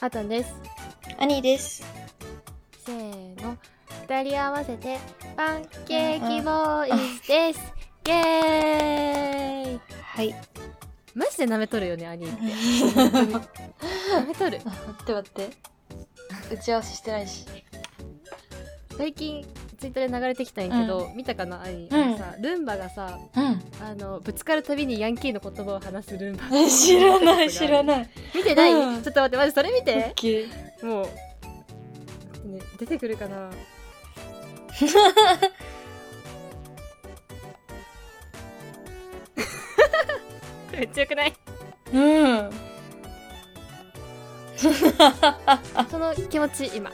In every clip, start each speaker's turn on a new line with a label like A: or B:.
A: あとんです
B: 兄です。
A: せーの二人合わせてパンケーキボーイズですイエーイ
B: はい。
A: マジで舐めとるよね兄って本当に舐めとる
B: 待って待って。打ち合わせしてないし。
A: 最近ツイッターで流れてきたんやけど、見たかな兄、
B: うん
A: あのさルンバがさ
B: うん。
A: あのぶつかるたびにヤンキーの言葉を話すルンバ
B: 知ら ない知ら
A: い
B: ない。
A: 見てない、
B: うん
A: ちょっと待ってまずそれ見
B: オ
A: て
B: ッケー。
A: もう、ね、出てくるかな めっちゃよくない
B: うん。
A: その気持ち今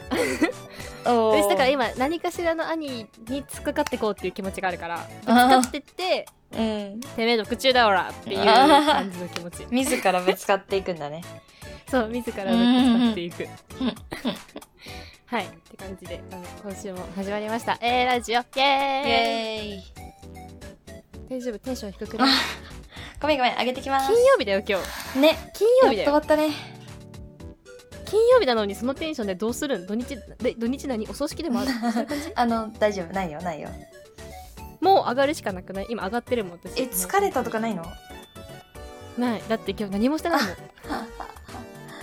B: お
A: 私だから
B: ー
A: 今何かしらの兄に突っかかってこうっていう気持ちがあるからぶつかってって
B: うん。
A: てめえの口中だおらっていう感じの気持ち
B: 自らぶつかっていくんだね。
A: そう自らぶつかっていく
B: うんうん
A: はいって感じであの今週も始まりました A ラジオイ エ
B: イ
A: ーイ
B: エーイ。
A: 大丈夫テンション低くない
B: ごめんごめん、上げてきます
A: 金。曜日だよ今日
B: ね。
A: 金曜日だ
B: やっと終わ
A: よ
B: ったね。
A: 金曜日なのにそのテンションでどうするん土日で土日何お葬式でも あるそういう感じ
B: あの、大丈夫。ないよ、ないよ。
A: もう上がるしかなくない今上がってるもん私
B: え、疲れたとかないの
A: ないだって今日何もしてないもん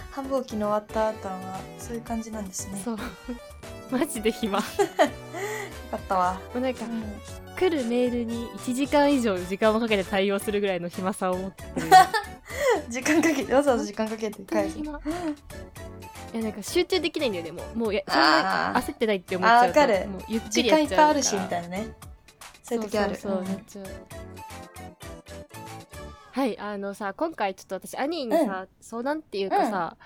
B: 繁忙期の終わった後は、そういう感じなんですね。よ
A: そう マジで暇も
B: かったわ。
A: うなんか
B: うん
A: 来るメールに1時間以上時間をかけて対応するぐらいの暇さを持ってる
B: 時間かけて、わざわざ時間かけて返す。
A: 暇 いやなんか集中できないんだよねもうもういやそんな
B: あー
A: 焦ってないって思っちゃうと
B: あーわかる
A: もうゆっく
B: 時
A: りや
B: 間い
A: っ
B: っ
A: ち
B: ぱい
A: ゃう
B: あるし、みた
A: い
B: いなね。そういう時ある。
A: そうそうそううんめっちゃはいあのさ今回ちょっと私兄にさ、相談っていうかさ、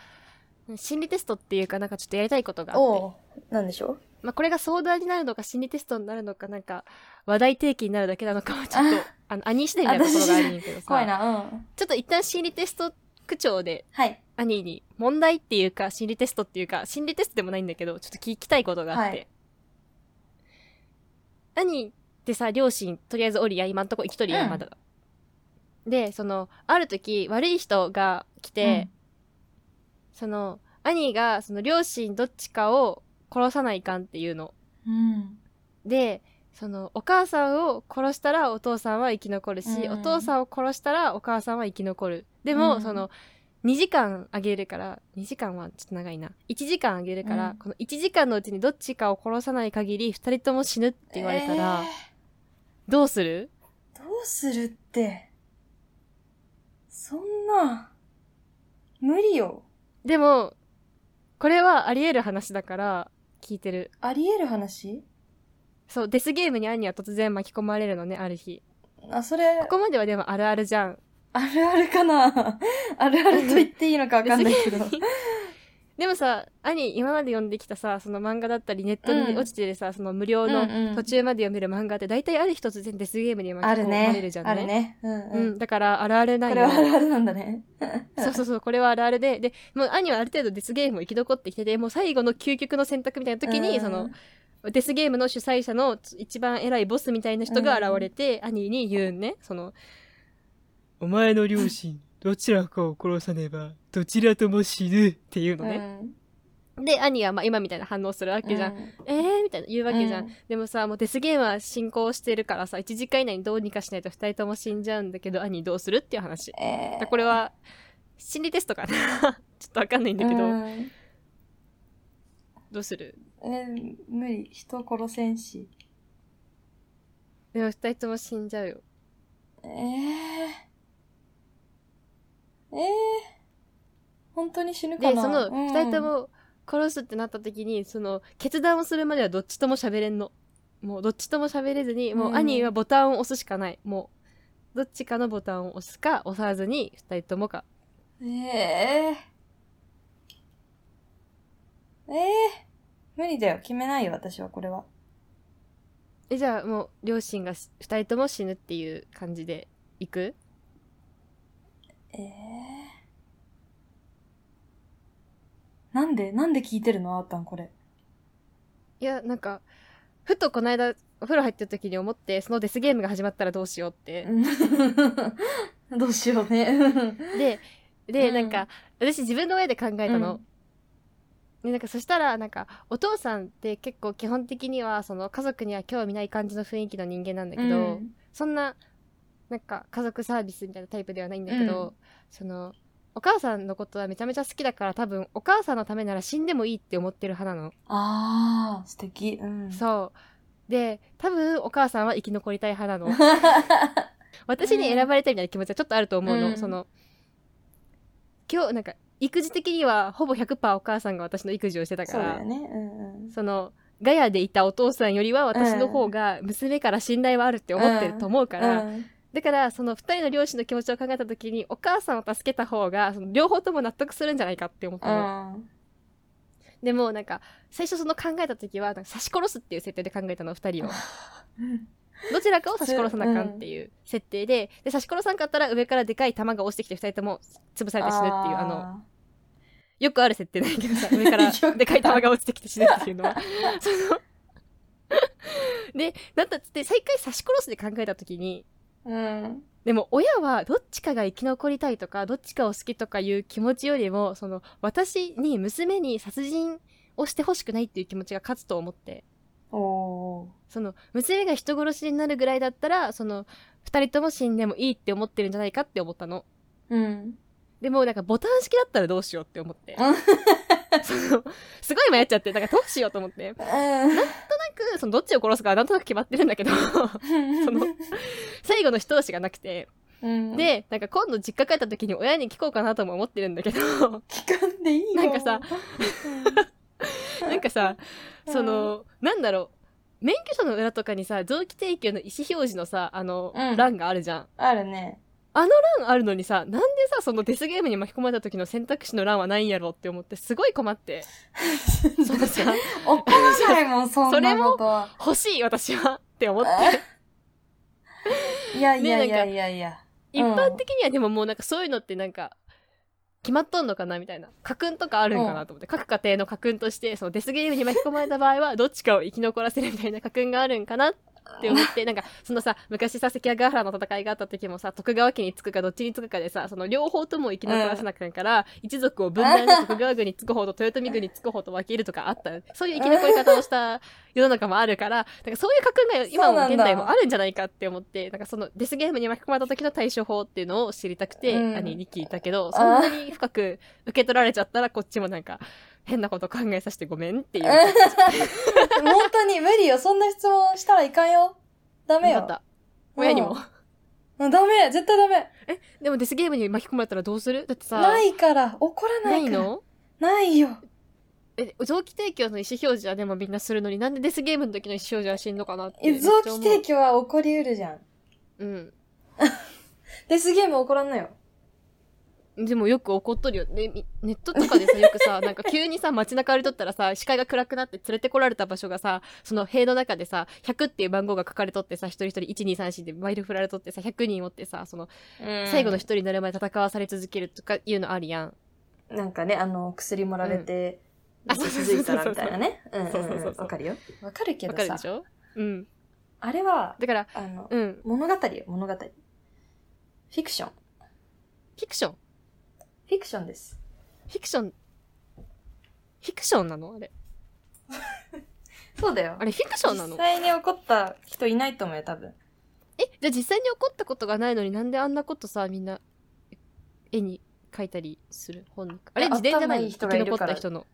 A: 心理テストっていうかなんかちょっとやりたいことがあって
B: おうなんでしょう
A: まあ、これが相談になるのか心理テストになるのかなんか話題提起になるだけなのかはちょっと
B: あ
A: あの兄次第みたいなところがあるんや けどさ
B: 怖いなうん
A: ちょっと一旦心理テスト口調で
B: はい
A: 兄に問題っていうか心理テストっていうか心理テストでもないんだけどちょっと聞きたいことがあって、
B: はい
A: 兄ってさ両親とりあえずおりや今んとこ生きとりや、
B: うん
A: まだでそのある時悪い人が来て、その兄がその両親どっちかを殺さないかんっていうの
B: うん
A: でそのお母さんを殺したらお父さんは生き残るし、
B: うん
A: お父さんを殺したらお母さんは生き残るでも、
B: うん
A: その2時間あげるから2時間はちょっと長いな1時間あげるから、
B: うん
A: この1時間のうちにどっちかを殺さない限り2人とも死ぬって言われたら、どうする
B: えーどうするってそんな無理よ
A: でもこれはあり得る話だから聞いてる
B: ありえる話
A: そうデスゲームに兄は突然巻き込まれるのねある日
B: あそれ
A: ここまではでもあるあるじゃん
B: あるあるかな あるあると言っていいのかわかんないけど
A: でもさ兄今まで読んできたさその漫画だったりネット
B: う
A: に
B: ん
A: 落ちてるさ、その無料
B: うんう
A: の
B: ん
A: 途中まで読める漫画って大体ある日突然デスゲームに巻
B: あ
A: き
B: る
A: 込まれる
B: ね
A: じゃんね
B: あるねうん
A: う
B: うん
A: ん、だからあるあるな
B: こ
A: い
B: れはあるあるなんだね
A: そうそうそうこれはあるあるででもう兄はある程度デスゲームを生き残ってきててもう最後の究極の選択みたいな時に、
B: うん
A: そのデスゲームの主催者の一番偉いボスみたいな人が現れて、兄に言うんねその
C: お前の両親、どちらかを殺さねば、どちらとも死ぬ。
A: っていうの
B: う
A: ね、
B: ん
A: で兄はまあ今みたいな反応するわけじゃん、
B: う
A: えーみたいな言うわけじゃん、
B: う
A: でもさもうデスゲームは進行してるからさ1時間以内にどうにかしないと2人とも死んじゃうんだけど兄どうするっていう話
B: えー
A: これは心理テストかな ちょっとわかんないんだけど、
B: うん
A: どうする
B: えー無理人殺せんし
A: でも2人とも死んじゃうよ
B: えー、えー、本当に死ぬかな
A: でその
B: うん
A: 2人とも殺すってなった時に、その決断をするまではどっちとも喋れんのもうどっちとも喋れずにもう
B: うん
A: 兄はボタンを押すしかないもうどっちかのボタンを押すか押さずに2人ともか
B: えー、えー、無理だよ決めないよ私はこれは
A: えじゃあもう両親が2人とも死ぬっていう感じでいく
B: えー、なんでなんで聞いてるのあーたんこ れ
A: いや、なんか、ふとこの間、お風呂入ってる時に思って、そのデスゲームが始まったらどうしようって。
B: どうしようね
A: で、で、
B: うん
A: なんか、私自分の親で考えたの。
B: うん
A: ね、なんかそしたらなんかお父さんって結構基本的にはその家族には興味ない感じの雰囲気の人間なんだけど、
B: うん
A: そんななんか家族サービスみたいなタイプではないんだけど、そのお母さんのことはめちゃめちゃ好きだから多分お母さんのためなら死んでもいいって思ってる派なの。
B: ああ、素敵。うん。
A: そうで多分お母さんは生き残りたい派 なの。
B: う
A: 私に選ばれたいみたいな気持ちはちょっとあると思うの、
B: うん
A: その今日なんか育児的にはほぼ100%お母さんが私の育児をしてたか
B: そうだ
A: ら
B: よね。うんうん。
A: そのガヤでいたお父さんよりは私の方が娘から信頼はあるって思ってると思うから、
B: うん
A: だからその2人の両親の気持ちを考えた時にお母さんを助けた方がその両方とも納得するんじゃないかって思っ
B: う
A: たの、
B: ん。
A: でもなんか最初その考えた時はなんか刺し殺すっていう設定で考えたの2人を
B: うん
A: どちらかを刺し殺さなあかんっていう設定で,、で刺し殺さんかったら上からでかい弾が落ちてきて2人とも潰されて死ぬっていうあの
B: ー
A: よくある設定だけどさ上 からでかい玉が落ちてきて死ぬっていうのは そのでなんだっつって再回刺し殺すで考えた時に
B: うん。
A: でも親はどっちかが生き残りたいとかどっちかを好きとかいう気持ちよりもその私に娘に殺人をしてほしくないっていう気持ちが勝つと思って
B: おお
A: その娘が人殺しになるぐらいだったらその2人とも死んでもいいって思ってるんじゃないかって思ったの
B: ー。うん。
A: でもなんかボタン式だったらどうしようって思って そのすごい迷っちゃってなんかどうしようと思ってなんとなくそのどっちを殺すかはなんとなく決まってるんだけど
B: そ
A: の、最後の一押しがなくて、
B: うん、
A: でなんか今度実家帰った時に親に聞こうかなとも思ってるんだけ ど
B: 聞かんでいいよ。
A: なんかさ
B: うん、
A: なんかさそのなんだろう免許証の裏とかにさ臓器提供の意思表示のさあの、
B: うん
A: 欄があるじゃん
B: あるね。
A: 欄あるのにさなんでさそのデスゲームに巻き込まれた時の選択肢の欄はないんやろって思ってすごい困ってそのさ
B: 怒らないもん、そんなことは。
A: 欲しい私はって思って
B: いやいや
A: ね
B: いやいやいや。
A: 一般的にはでももうなんかそういうのってなんか決まっとんのかなみたいな家訓とかあるんかなと思って、各家庭の家訓としてそのデスゲームに巻き込まれた場合はどっちかを生き残らせるみたいな家訓があるんかなって思ってなんかそのさ昔さ関ヶ原の戦いがあった時もさ徳川家につくかどっちにつくかでさその両方とも生き残らせなきゃいけんから、一族を分断で徳川軍につく方と豊臣軍につく方と分けるとかあったそういう生き残り方をした世の中もあるからなんかそういう家訓が今
B: そう
A: も
B: なんだ
A: 現代もあるんじゃないかって思ってなんかそのデスゲームに巻き込まれた時の対処法っていうのを知りたくて、
B: うん
A: 兄に聞いたけどそんなに深く受け取られちゃったらこっちもなんか変なこと考えさせてごめんっていう。
B: 本当に無理よ。そんな質問したらいかんよ。ダメ
A: よか
B: よ
A: っ。た親にも。
B: うん。ダメ、絶対ダメ。
A: でもデスゲームに巻き込まれたらどうするだってさ、
B: ないから、怒ら
A: な
B: ないいから。
A: の
B: ないよ。
A: え、臓器提供の意思表示はでもみんなするのになんでデスゲームの時の意思表示はしんのかなって。
B: え臓器
A: 供
B: 提供は起こりうるじゃん。
A: うん。
B: デスゲーム起こらんのよ。
A: でもよく怒っとるよ。ね、みネットとかでさ、よく さ、なんか急にさ、街中歩いとったらさ、視界が暗くなって連れてこられた場所がさ、その塀の中でさ、100っていう番号が書かれとってさ、一人一人1234でマイル振られとってさ、100人おってさ、その、最後の一人になるまで戦わされ続けるとかいうのあるやん。
B: なんかね、あの、薬もられて、
A: うんあ
B: 傷ついたらみたいなね。うん
A: そうそうそう
B: うんうん。わかるよ。わかるけ
A: わ
B: ど
A: かる
B: さ
A: でし、ょうん。
B: あれは、
A: だから、
B: あの、
A: うん。
B: 物語よ、物語。フィクション。
A: フィクション。
B: フィクションです。
A: フィクション、フィクションなのあれ。
B: そうだよ
A: あ。れフィクションなの
B: 実際に起こった人いないと思うよ、多分。
A: え、じゃあ実際に起こったことがないのになんであんなことさ、みんな、絵に描いたりする本に。あれ
B: いや
A: 自伝じゃないの
B: 頭いい人
A: 生
B: が
A: き
B: い
A: 残
B: る
A: っ
B: から
A: た人の。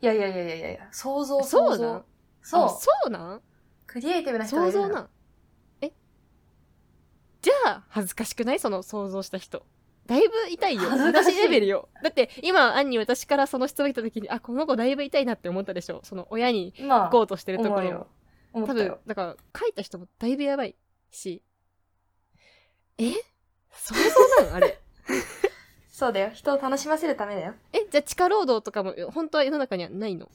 B: いやいやいやいやいや、想像、
A: そうな
B: 想
A: ん
B: 像。
A: あ
B: そう。
A: そうなん
B: クリエイティブな人が
A: 想
B: いるの
A: 像なん。えじゃあ、恥ずかしくないその想像した人。だいぶ痛いよ。
B: 恥ずかしい
A: 私レベルよ。だって、今、アンに私からその質問来た時に、あ、この子だいぶ痛いなって思ったでしょ。その親に
B: まあ、
A: 行こうとしてるとこ
B: 思う
A: ろ
B: よ。。
A: 多
B: 思った
A: 分
B: よ。
A: だから書いた人もだいぶやばいしえ想像なのあれ
B: そうだよ。人を楽しませるためだよ。
A: えじゃあ地下労働とかも本当は世の中にはないの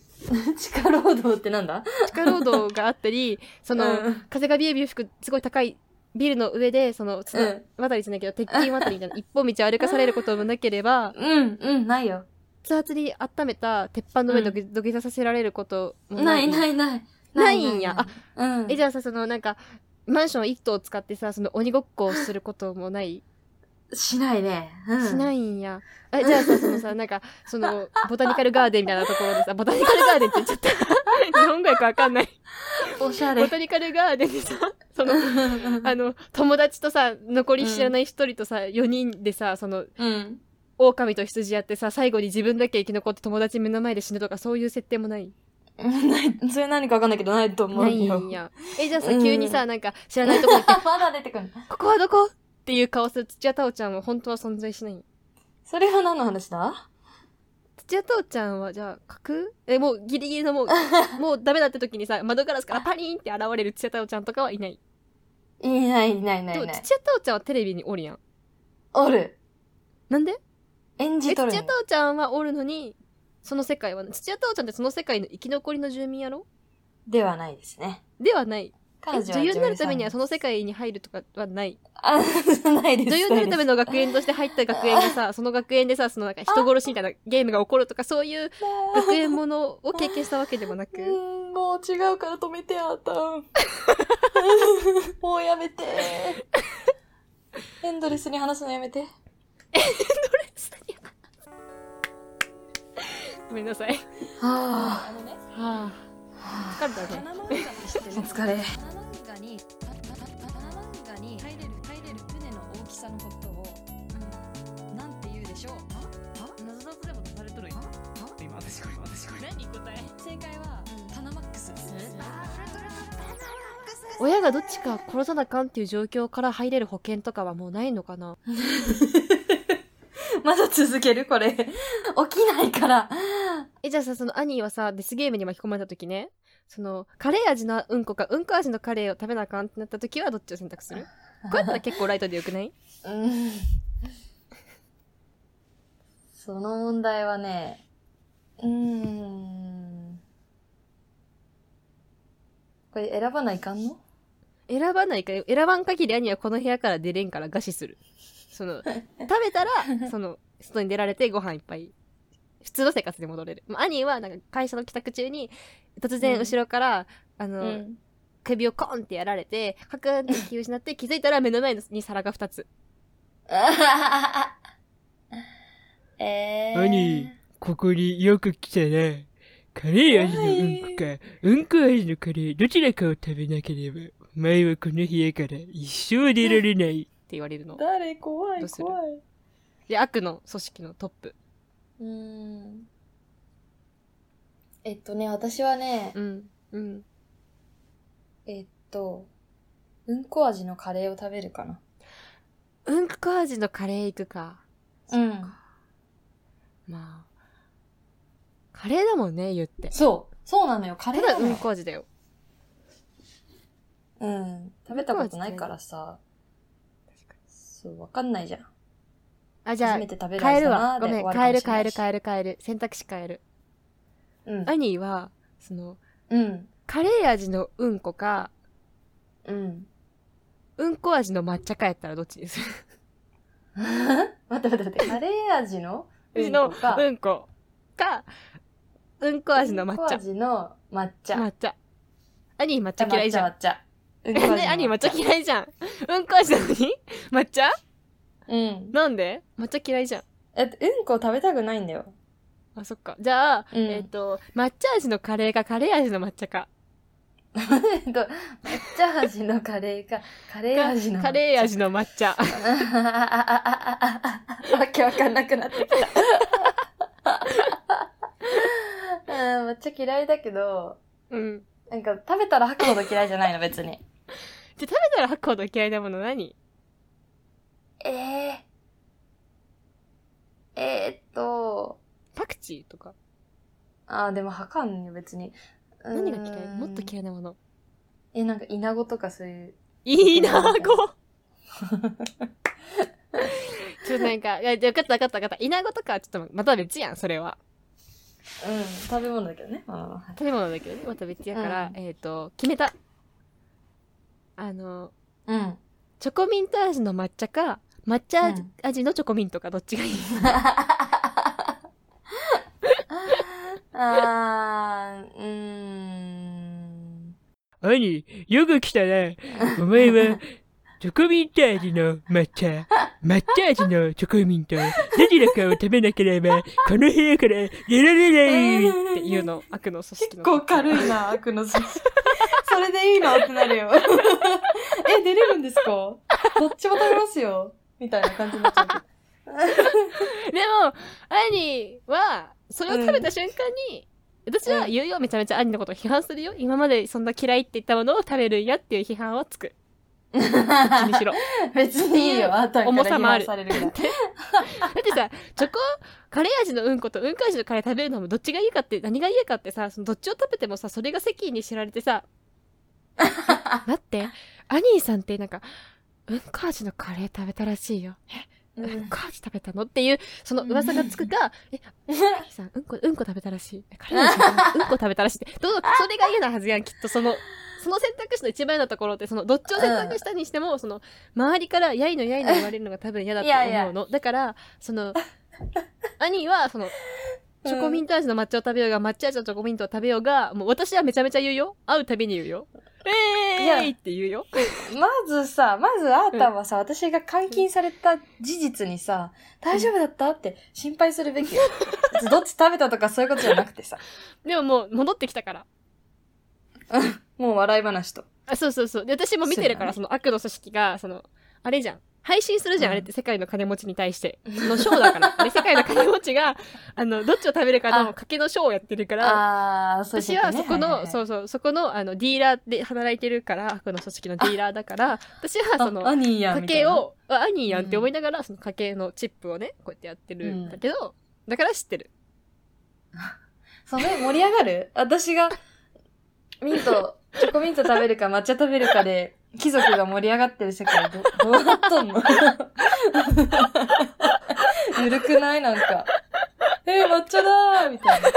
B: 地下労働ってなんだ
A: 地下労働があったりその、
B: うん
A: 風がビュービュー吹くすごい高いビルの上でそのつな、
B: うん
A: 渡りじゃないけど鉄筋渡りみたいな 一本道を歩かされることもなければ
B: うん、うん、ないよ。
A: 熱々に温めた鉄板の上で土土下座させられることも
B: ないないいない。
A: ないんや
B: ないないないうん。
A: えじゃあさそのなんかマンション一棟を使ってさその鬼ごっこをすることもない
B: しないね。うん、。
A: しないいんや。え、じゃあさ、そのさ、なんか、そ の、ボタニカルガーデンみたいなところでさ、ボタニカルガーデンって言っちゃった。日本語訳わかんない。
B: おしゃれ
A: ボ。 タニカルガーデンでさ、 その、
B: あ
A: あの、友達とさ、残り知らない一人とさ、4人でさ、その、
B: うん。
A: 狼と羊やってさ、最後に自分だけ生き残って友達目の前で死ぬとか、そういう設定もない。
B: ない、それ何かわかんないけど、ないと思うよ。
A: ないんや。え、じゃあさ、
B: うん
A: 急にさ、なんか、知らないとこ行 って、
B: あ まだ出てくる。
A: ここはどこっていう顔する土屋太鳳ちゃんは本当は存在しない。
B: それは何の話だ
A: 土屋太鳳ちゃんは、じゃあ、架空え、もうギリギリのも う、もうダメだって時にさ、窓ガラスからパリーンって現れる土屋太鳳ちゃんとかはいない。
B: いないいないいない
A: でも、
B: い
A: 土屋
B: ない。
A: 太鳳ちゃんはテレビにおるやん。
B: おる。
A: なんで
B: 演じ
A: え、土
B: と
A: 屋
B: るん
A: 太
B: や。
A: 鳳ちゃんはおるのに、その世界は、土屋太鳳ちゃんってその世界の生き残りの住民やろ
B: ではないですね。
A: ではない。
B: 彼
A: え
B: 女は
A: 女優になるためには
B: そ
A: その世界に入るとかは ない。
B: あ、ないです。
A: 女優になるため
B: に。
A: の学園として入った学園が さ、その学園でさ、そのなんか人殺しみたいなゲームが起こるとか、そういう学園ものを経験したわけでもな
B: う
A: く、
B: ん、もう違うから止めてあった。 もうやめて。エンドレスに話すのやめて。
A: ごめんなさい。
B: は
D: あのね
A: はあ、疲れたね。
D: 花漫画にして
B: お疲れ
D: 花漫画にはは花漫画に入れる入れる船の大きさのことを、うん、なんて言うでしょうああ
E: 謎々でも出されとる
D: あ
E: 今私これ私これ何答え
D: 正解は、パナマックスですね
A: 親がどっちか殺さなあかんっていう状況から入れる保険とかはもうないのかな
B: まだ続けるこれ。起 きないから。
A: え、じゃあさ、その兄はさ、デスゲームに巻き込まれた時ね、その、カレー味のうんこか、うんこ味のカレーを食べなあかんってなった時はどっちを選択するこうやったら結構ライトでよくない
B: うんその問題はね、うーん。これ選ばないかんの
A: 選ばないから選ばん限り兄はこの部屋から出れんから餓死するその食べたらその外に出られてご飯いっぱい普通の生活に戻れるまあ兄はなんか会社の帰宅中に突然後ろから、あ
B: う
A: の、。首をコンってやられてカクンって気を失って気づいたら目の前に皿が2つ
B: えー。
E: 兄ここによく来たなカレー味のうんこかうんこ味のカレーどちらかを食べなければお前はこの部屋から一生出られない
A: って言われるの
B: 誰怖
A: ど
B: いう
A: する
B: 怖い。
A: で悪の組織のトップ
B: うーん。えっとね、私はね、
A: うんうん
B: えっと、うんこ味のカレーを食べるかな。
A: うんこ味のカレー行くか
B: うん。
A: まあカレーだもんね言って
B: そう。そうなのよ。カレ
A: た
B: ーな
A: だ
B: の
A: う
B: よ
A: んこ味だよ
B: うん。食べたことないからさ。そう、わかんないじゃん。
A: あじゃ
B: 初
A: あ
B: めて食べる
A: 変え
B: 味
A: る
B: だな
A: わ。
B: ー
A: ご
B: で
A: め
B: 終
A: ん。
B: わ
A: 変える
B: かも
A: 変える
B: しれ
A: 変える変える。選択肢変える。
B: ないし
A: 兄は、その、
B: うん。
A: カレー味のうんこか、
B: うん。
A: うんこ味の抹茶かやったらどっちにする
B: うん。待って待って待って。カレー味の
A: うち
B: うん
A: の
B: こか、
A: うんこか、うんこ味の抹
B: うんこ
A: 茶。
B: 味の抹茶。
A: 抹茶。兄抹茶嫌いじゃん。
B: 抹茶。抹茶うんこ味の
A: ね、兄抹茶嫌いじゃん。うんこ味なのに抹茶
B: うん。
A: なんで抹茶嫌いじゃん。
B: えっと、うんこ食べたくないんだよ。
A: あ、そっか。じゃあ、
B: うん
A: えっ、と、抹茶味のカレーかカレー味の抹茶か。
B: えっと、抹茶味のカレーか、カレー味の抹茶
A: カレー味の抹茶。
B: わけわかんなくなってきた。うん、抹茶嫌いだけど、
A: うん。
B: なんか食べたら吐くほど嫌いじゃないの、別に。
A: じゃあ食べたら吐くほど嫌いなもの何
B: えええーっと、
A: パクチーとか。
B: あー、でも吐かんよ、別に。
A: 何が嫌いもっと
B: い。
A: 嫌いなもの。
B: え、なんか、イナゴとかそういう。
A: いいな ごちょっとなんか、いや、分かった分かった分かった。イナゴとかはちょっとまた別やん、それは。
B: うん、食べ物だけどね。まあまあまあはい
A: 食べ物だけどね、また別やから、えっ、と、決めた。あの、
B: うん。
A: チョコミント味の抹茶か、抹茶味,、
B: うん
A: のチョコミントか、どっちがいい
B: あー、うーん。
E: 兄よく来たなお前はチョコミント味の抹茶抹茶味のチョコミント、どちらかを食べなければ、この部屋から出られない。
A: っていう の悪の組織
B: 結
A: の
B: 構軽いな、悪の 組織。それでいいのってなるよ。 え、出れるんですかどっちも食べますよ。みたいな感じになっちゃうけど。
A: でも兄はそれを食べた瞬間に、私は言うよめちゃめちゃ兄のことを批判するよ今までそんな嫌いって言ったものを食べるんやっていう批判はつ く気にしろ
B: 別にいいよ、あと
A: 重さもある
B: されるぐら
A: だ
B: い。
A: ってさチョコカレー味のうんことうんこ味のカレー食べるのもどっちがいいかって何がいいかってさそのどっちを食べてもさそれが世間に知られてさ 待って兄さんってなんかうんこ味のカレー食べたらしいようんこ味食べたのっていう、その噂がつくか、え、兄さん、うんこ、うんこ食べたらしい。カレー味のうんこ食べたらしいって、どの、それが嫌なはずやん、きっとその、その選択肢の一番嫌なところって、その、どっちを選択したにしても、その、周りから、やいのやいの言われるのが多分嫌だと思うの。
B: いやい
A: だから、その、兄は、その、チョコミント味の抹茶を食べようが、抹茶味のチョコミントを食べようが、もう私はめちゃめちゃ言うよ。会うたびに言うよ。え
B: いや
A: ーいって言うよ。
B: まずさ、まずあーたんはさ、私が監禁された事実にさ、大丈夫だったって心配するべきよ。 別にどっち食べたとかそういうことじゃなくてさ、
A: でももう、戻ってきたから。
B: もう笑い話と。
A: あそうそうそうで私も見てるからそ,、
B: そ
A: の悪の組織がそのあれじゃん配信するじゃん、あ
B: うん
A: れって世界の金持ちに対してのショーだ からで世界の金持ちがあのどっちを食べるかの賭けのショーをやってるから
B: ああー、そう
A: 私はそこの、
B: う
A: そうそうそこのあのディーラーで働いてるから悪の組織のディーラーだから私はそ
B: いはいはい、あ
A: の
B: 兄や
A: 賭
B: みたい
A: け
B: な。
A: をあ兄やんって思いながら、その賭けのチップをねこうやってやってるんだけど、だから知ってる
B: それ盛り上がる私が、ミント、チョコミント食べるか抹茶食べるかで、貴族が盛り上がってる世界ど、どうなっとんのゆるくないなんか。えー、抹茶だーみたいな。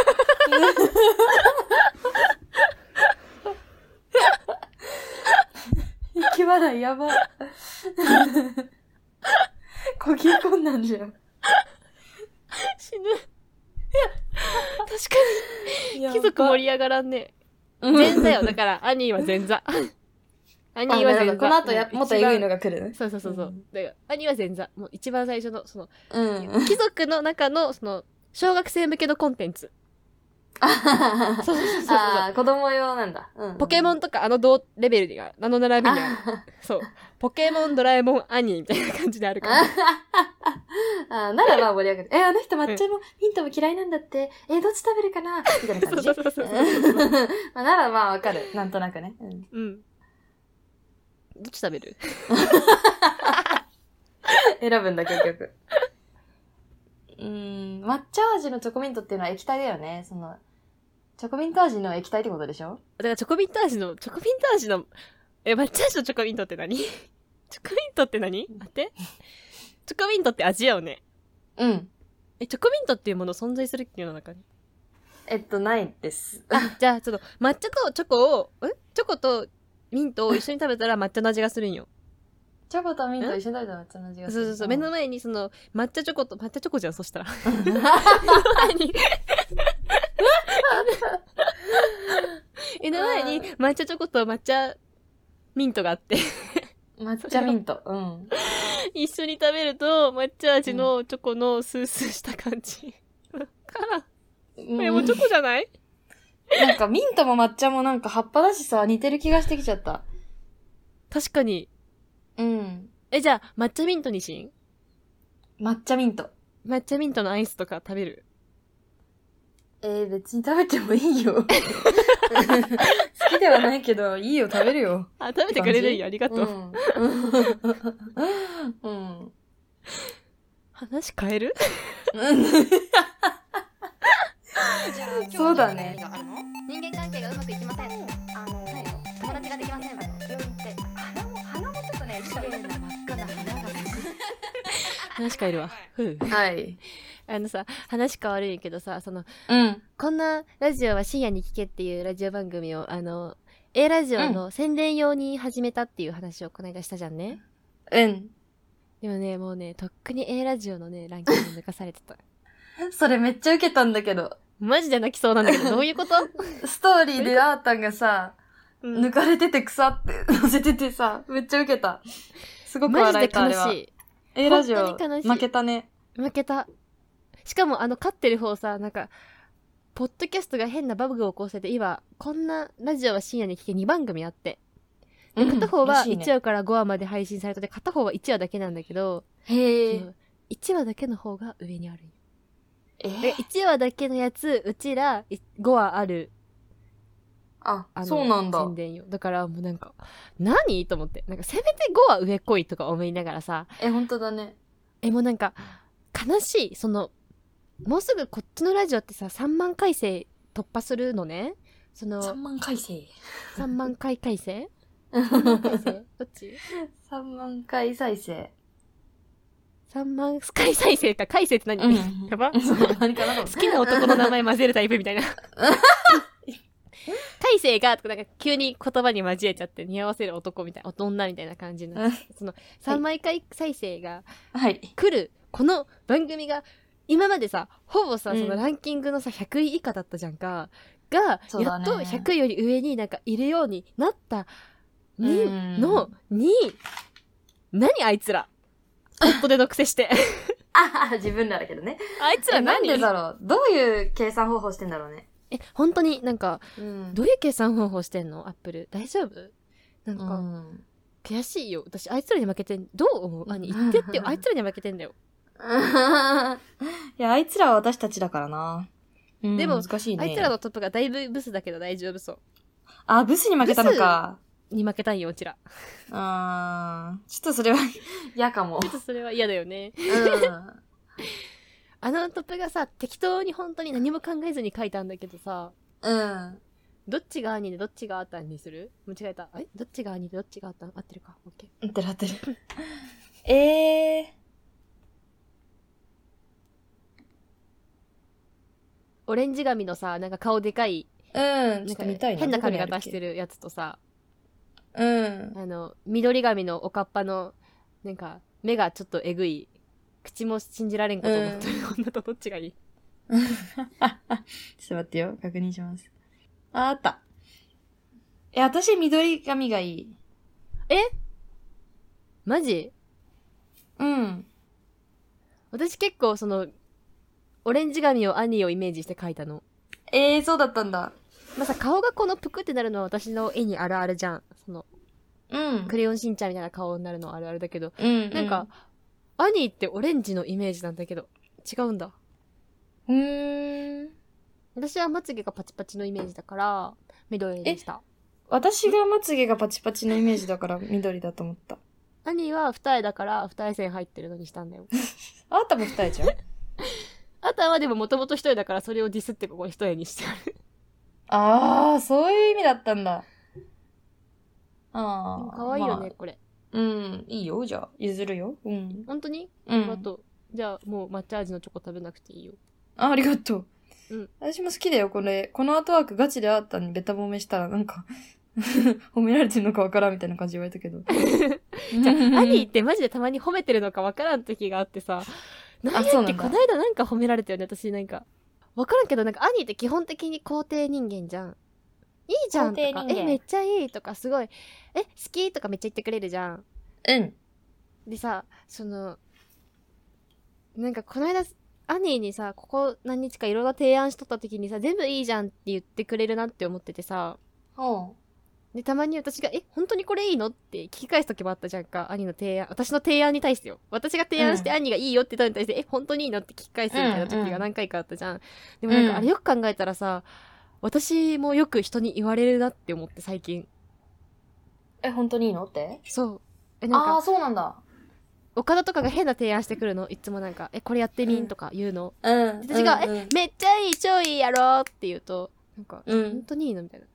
B: 行き払いや ば。こぎ込んだんじゃん。
A: 死ぬ 確かに貴族盛り上がらんね
B: うん
A: 前座よ。だから、兄は前座。
B: あ
A: 兄は前
B: なる
A: 座
B: ほ。どこの後や、もっとえぐいの
A: が。
B: が来るね。。
A: そうそうそうそううんだから兄は前座。もう一番最初の、その、
B: うん。
A: 貴族の中の、その、小学生向けのコンテンツ。
B: あ
A: そうそうそうそう。
B: あー、子供用なんだ。うん、
A: ポケモ
B: ン
A: ンとかあの同レベルが、あの並びにある。
B: あ
A: そう。ポケモン、ドラえもん、兄みたいな感じであるから。
B: ーあーならまあ盛り上がる。え、あの人抹茶もミントも嫌いなんだって。え、どっち食べるかなみたいな
A: そ
B: 感
A: う
B: じ。
A: そうそうそう。
B: まあならまあわかる。なんとなくね。うん
A: うん。どっち食べる
B: 選ぶんだ、結局。うーん、抹茶味のチョコミントっていうのは液体だよね。その、チョコミント味の液体ってことでしょ
A: だからチョコミント味の、チョコミント味の、え、抹茶味のチョコミントって何チョコミントって何待って。チョコミントって味やよね。
B: うん。
A: え、チョコミントっていうもの存在するっけ世の中に。
B: えっと、ないです。
A: じゃあ、ちょっと、抹茶とチョコを、えチョコとミントを一緒に食べたら抹茶の味がするんよ。
B: チョコとミント一緒に食べた抹茶の味
A: そ
B: が
A: う
B: する。
A: そうそう。目の
B: ん
A: 前にその、抹茶チョコと、抹茶チョコじゃん、そ したら。目の前に。目の前に抹茶チョコと抹茶ミントがあって。
B: 抹茶ミント。うん。
A: 一緒に食べると抹茶味のチョコのスースーした感じ、からこ
B: こ
A: れもチョコじゃない、
B: なんかミントも抹茶もなんか葉っぱだしさ、似てる気がしてきちゃった。
A: 確かに
B: うん。
A: えじゃあ抹茶ミントにしん
B: 抹茶ミント。
A: 抹茶ミントのアイスとか食べる
B: えー、別に食べてもいい よ。好きではないけど、いいよ、食べるよ。
A: あ食べてくれるんやありがとう、
B: うん。うん。
A: 話変える
B: うん。そうだね
F: 人間関係がうまくいきません。あの、友達ができません。病院って鼻も鼻もちょっとね、綺麗な真っ赤な鼻が。
A: 話変えるわふう
B: はい。
A: あのさ話変わるんやけどさその
B: うん。
A: こんなラジオは深夜に聞けっていうラジオ番組をあの A ラジオの宣伝用に始めたっていう話をこの間したじゃんね、
B: うん。
A: でもねもうねとっくに A ラジオのねランキング抜かされてた
B: それめっちゃ受けたんだけど、
A: マジで泣きそうなんだけど、どういうこと
B: ストーリーであーたんがさ、抜かれてて草って載せててさ、めっちゃ受けた。すごく
A: マジ
B: 笑
A: で
B: えた、あれは。
A: 悲しい。
B: え A ラジ
A: 本
B: オ
A: 当に悲しい
B: 負けたね
A: 負けたしかもあの勝ってる方さなんかポッドキャストが変なバグを起こしてて今こんなラジオは深夜に聞け2番組あってで片方は
B: らしいね
A: 1話から5話まで配信されてて片方は1話だけなんだけど、
B: へ
A: その1話だけの方が上にある
B: え
A: だから1話だけのやつうちらい5話ある
B: あ
A: あの
B: そうなんだ
A: 宣伝よだからもうなんか何と思ってなんかせめて5話上来いとか思いながらさ
B: え本当だ ね
A: えもうなんか悲しいそのもうすぐこっちのラジオってさ3万回生突破するのねその
B: 3万回生
A: 3万回回生回生
B: 3
A: どっち
B: 万回再生
A: ?3 万回再生か回生って何、 やば
B: そう何かなと思っ
A: 好きな男の名前混ぜるタイプみたいな大勢がとかなんか急に言葉に交えちゃって似合わせる男みたいな女みたいな感じになってその3枚回再生が
B: たはい
A: 来るこの番組が今までさほぼさ、
B: うん
A: そのランキングのさ100位以下だったじゃんかが、
B: そう
A: や
B: だ
A: っ
B: ね
A: と100位より上になんかいるようになったに、
B: うん
A: のに何あいつらポットでのくせして
B: あ自分らだけどね
A: あいつら
B: えなん
A: 何
B: でだろうどういう計算方法してんだろうね
A: え本当になんか
B: うん
A: どういう計算方法してんのアップル大丈夫なん
B: う
A: か、
B: ん
A: 悔しいよ私あいつらに負けてんどう思う
B: うん
A: 兄言って ってよあいつらに負けてんだよ、
B: いやあいつらは私たちだからなうん
A: でも
B: 難しいね
A: あいつらのトップがだいぶブスだけど大丈夫そ
B: あブスに負けたのか
A: うに負けたいようちら
B: あーちょっとそれは 嫌かも
A: ちょっとそれは嫌だよね
B: うん
A: あのトップがさ適当に本当に何も考えずに書いたんだけどさ
B: うん
A: どっちが兄でどっちがあったんにする間違えたえどっちが兄でどっちがあったん合ってるかオッケー
B: 合ってる合ってる。ええ
A: オレンジ髪のさなんか顔でかい
B: ー。う
A: な
B: ん、ちょ
A: ん
B: っ
A: か
B: と見たいな。
A: 変な髪
B: どこにあ
A: 型
B: るっ
A: し
B: け
A: て。るやつとさ
B: うん。
A: あの緑髪のおかっぱのなんか目がちょっとえぐい口も信じられんこと思ってる、女とどっちがいい
B: ちょっと待ってよ。確認します。あ、あった。え、私、緑髪がいい。
A: マジ
B: うん。
A: 私結構そのオレンジ髪を兄をイメージして描いたの
B: ええー、そうだったんだ。
A: まあさ顔がこのぷくってなるのは私の絵にあるあるじゃんその
B: うん
A: クレヨンしんちゃんみたいな顔になるのはあるあるだけど、
B: うん。
A: なんか、兄ってオレンジのイメージなんだけど違うんだ
B: うーん。
A: 私はまつげがパチパチのイメージだから緑でした
B: 私がまつげがパチパチのイメージだ から緑だと思った。
A: 兄は二重だから二重線入ってるのにしたんだよ
B: あなたも二重じゃん。
A: あとはでももともと一重だからそれをディスってここに一重にしてある。
B: ああ、そういう意味だったんだ。ああ。
A: 可愛いよね、
B: まあ
A: これ。
B: うん、いいよ、じゃあ。譲るよ。うん。
A: 本当に、
B: う
A: あ
B: ん。
A: と、じゃあもう抹茶味のチョコ食べなくていい よ。
B: あ、ありがとう。
A: うん
B: 私も好きだよ、これ。このアートワークガチであったにベタ褒めしたら、なんか、 褒められてるのかわからんみたいな感じ言われたけど。
A: じゃあ、アニーってマジでたまに褒めてるのかわからん時があってさ、何
B: そ
A: や
B: う
A: っ
B: な
A: け
B: んだ
A: こないだなんか褒められたよね、私なんか。わからんけど、なんかアニーって基本的に肯定人間じゃん。いいじゃんと
B: 肯定
A: か、
B: 人間
A: え、めっちゃいいとか、すごい、え、好きとかめっちゃ言ってくれるじゃん。
B: うん。
A: でさそのなんかこの間アニーにさここ何日かいろんな提案しとった時にさ全部いいじゃんって言ってくれるなって思っててさ
B: ほ
A: でたまに私が「え本当にこれいいの?」って聞き返す時もあったじゃんか兄の提案私の提案に対してよ私が提案して
B: うん
A: 兄が「いいよ」って言ったのに対して「え本当にいいの?」って聞き返すみたいな時が何回かあったじゃん、でもなん
B: うん
A: かあれよく考えたらさ私もよく人に言われるなって思って最近
B: え、本当にいいのって
A: そうえなんか
B: ーそうなんだ。
A: 岡田とかが変な提案してくるのいつもなんか「えこれやってみん?」とか言うの、
B: うん。
A: 私が
B: うん、
A: めっちゃいい超いいやろって言うとなんか、
B: うん
A: 本当にいいのみたいな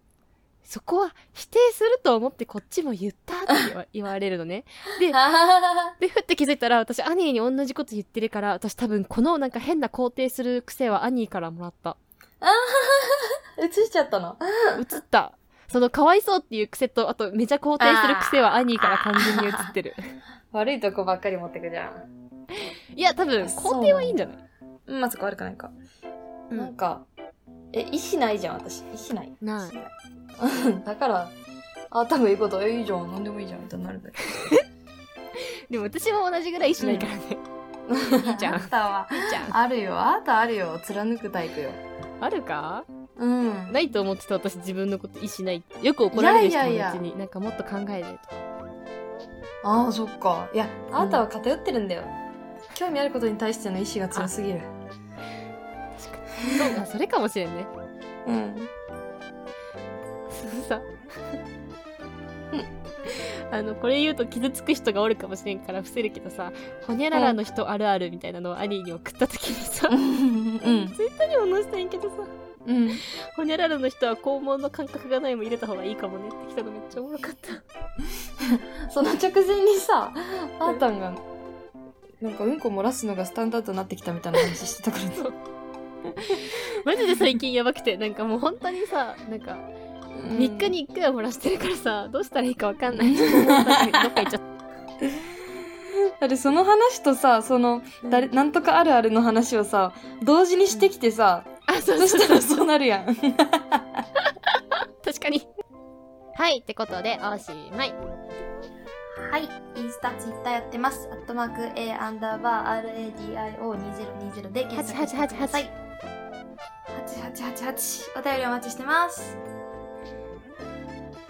A: そこは否定すると思ってこっちも言ったって言わ 言われるのね
B: あ
A: でふって気づいたら私アニーに同じこと言ってるから私多分このなんか変な肯定する癖はアニーからもらった
B: ー 映しちゃったの。
A: 映ったそのかわいそうっていう癖とあとめちゃ肯定する癖はアニーから完全に映ってる
B: 悪いとこばっかり持ってくじゃん。
A: いや多分肯定はいいんじゃない
B: うん、まあ、そこ悪くないか。
A: うん
B: なんか、え、意思ないじゃん、私。意思ない。
A: ない
B: うんだから、あ、多分いいこと、えいいじゃん、なんでもいいじゃん、みたいになるんだけど。
A: でも私も同じぐらいしないからね。い いじゃん
B: あったわ。
A: いい じゃん。
B: あるよ。あなたあるよ。貫くタイプよ。
A: あるか
B: うん。
A: ないと思ってた私自分のこと意しないってよく怒られる
B: い
A: 人
B: やい
A: 友
B: やいや
A: 達になんかもっと考えないと
B: ああ、そっか。いや、あなたは偏ってるんだよ。興味あることに対しての意志が強すぎる。
A: そうかそれかもしれんね
B: うん。
A: そのさあのこれ言うと傷つく人がおるかもしれんから伏せるけどさ「ほにゃららの人あるある」みたいなのをアリーに送った時にさ、
B: うん。
A: ツイッターにも載せたんやけどさ
B: うん。
A: 「ほにゃららの人は肛門の感覚がない」も入れた方がいいかもねってきたのめっちゃおもろかった
B: その直前にさ、あーたんが、なんかうんこ漏らすのがスタンダードになってきたみたいな話してたからね。
A: マジで最近やばくてなんかもう本当にさなんか3
B: 3
A: 日に1回は漏らしてるからさどうしたらいいかわかんない どっか行っちゃっ
B: だってその話とさ、その、誰、なんとかあるあるの話をさ、同時にしてきてさ、
A: たあそう
B: そ
A: そう
B: したらそうなるやん。
A: 確かに。はい、ってことで、おしまい。
F: はい、インスタ、ツイッターやってます。アットマーク A アンダーバー RADIO2020 で検索してください。8888お便りお待ちしてます。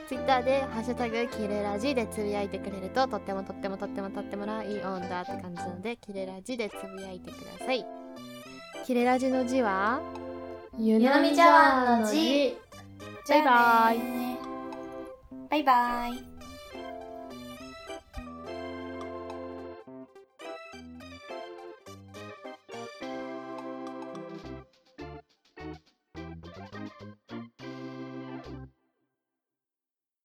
A: ツイッターで、ハッシュタグ、キレラジでつぶやいてくれると、とってもとってもとってもとってもらいオンだって感じなので、キレラジでつぶやいてください。キレラジの字は、ゆ
F: なみ茶碗の字。
A: バイバイ
F: イ。バイバイ。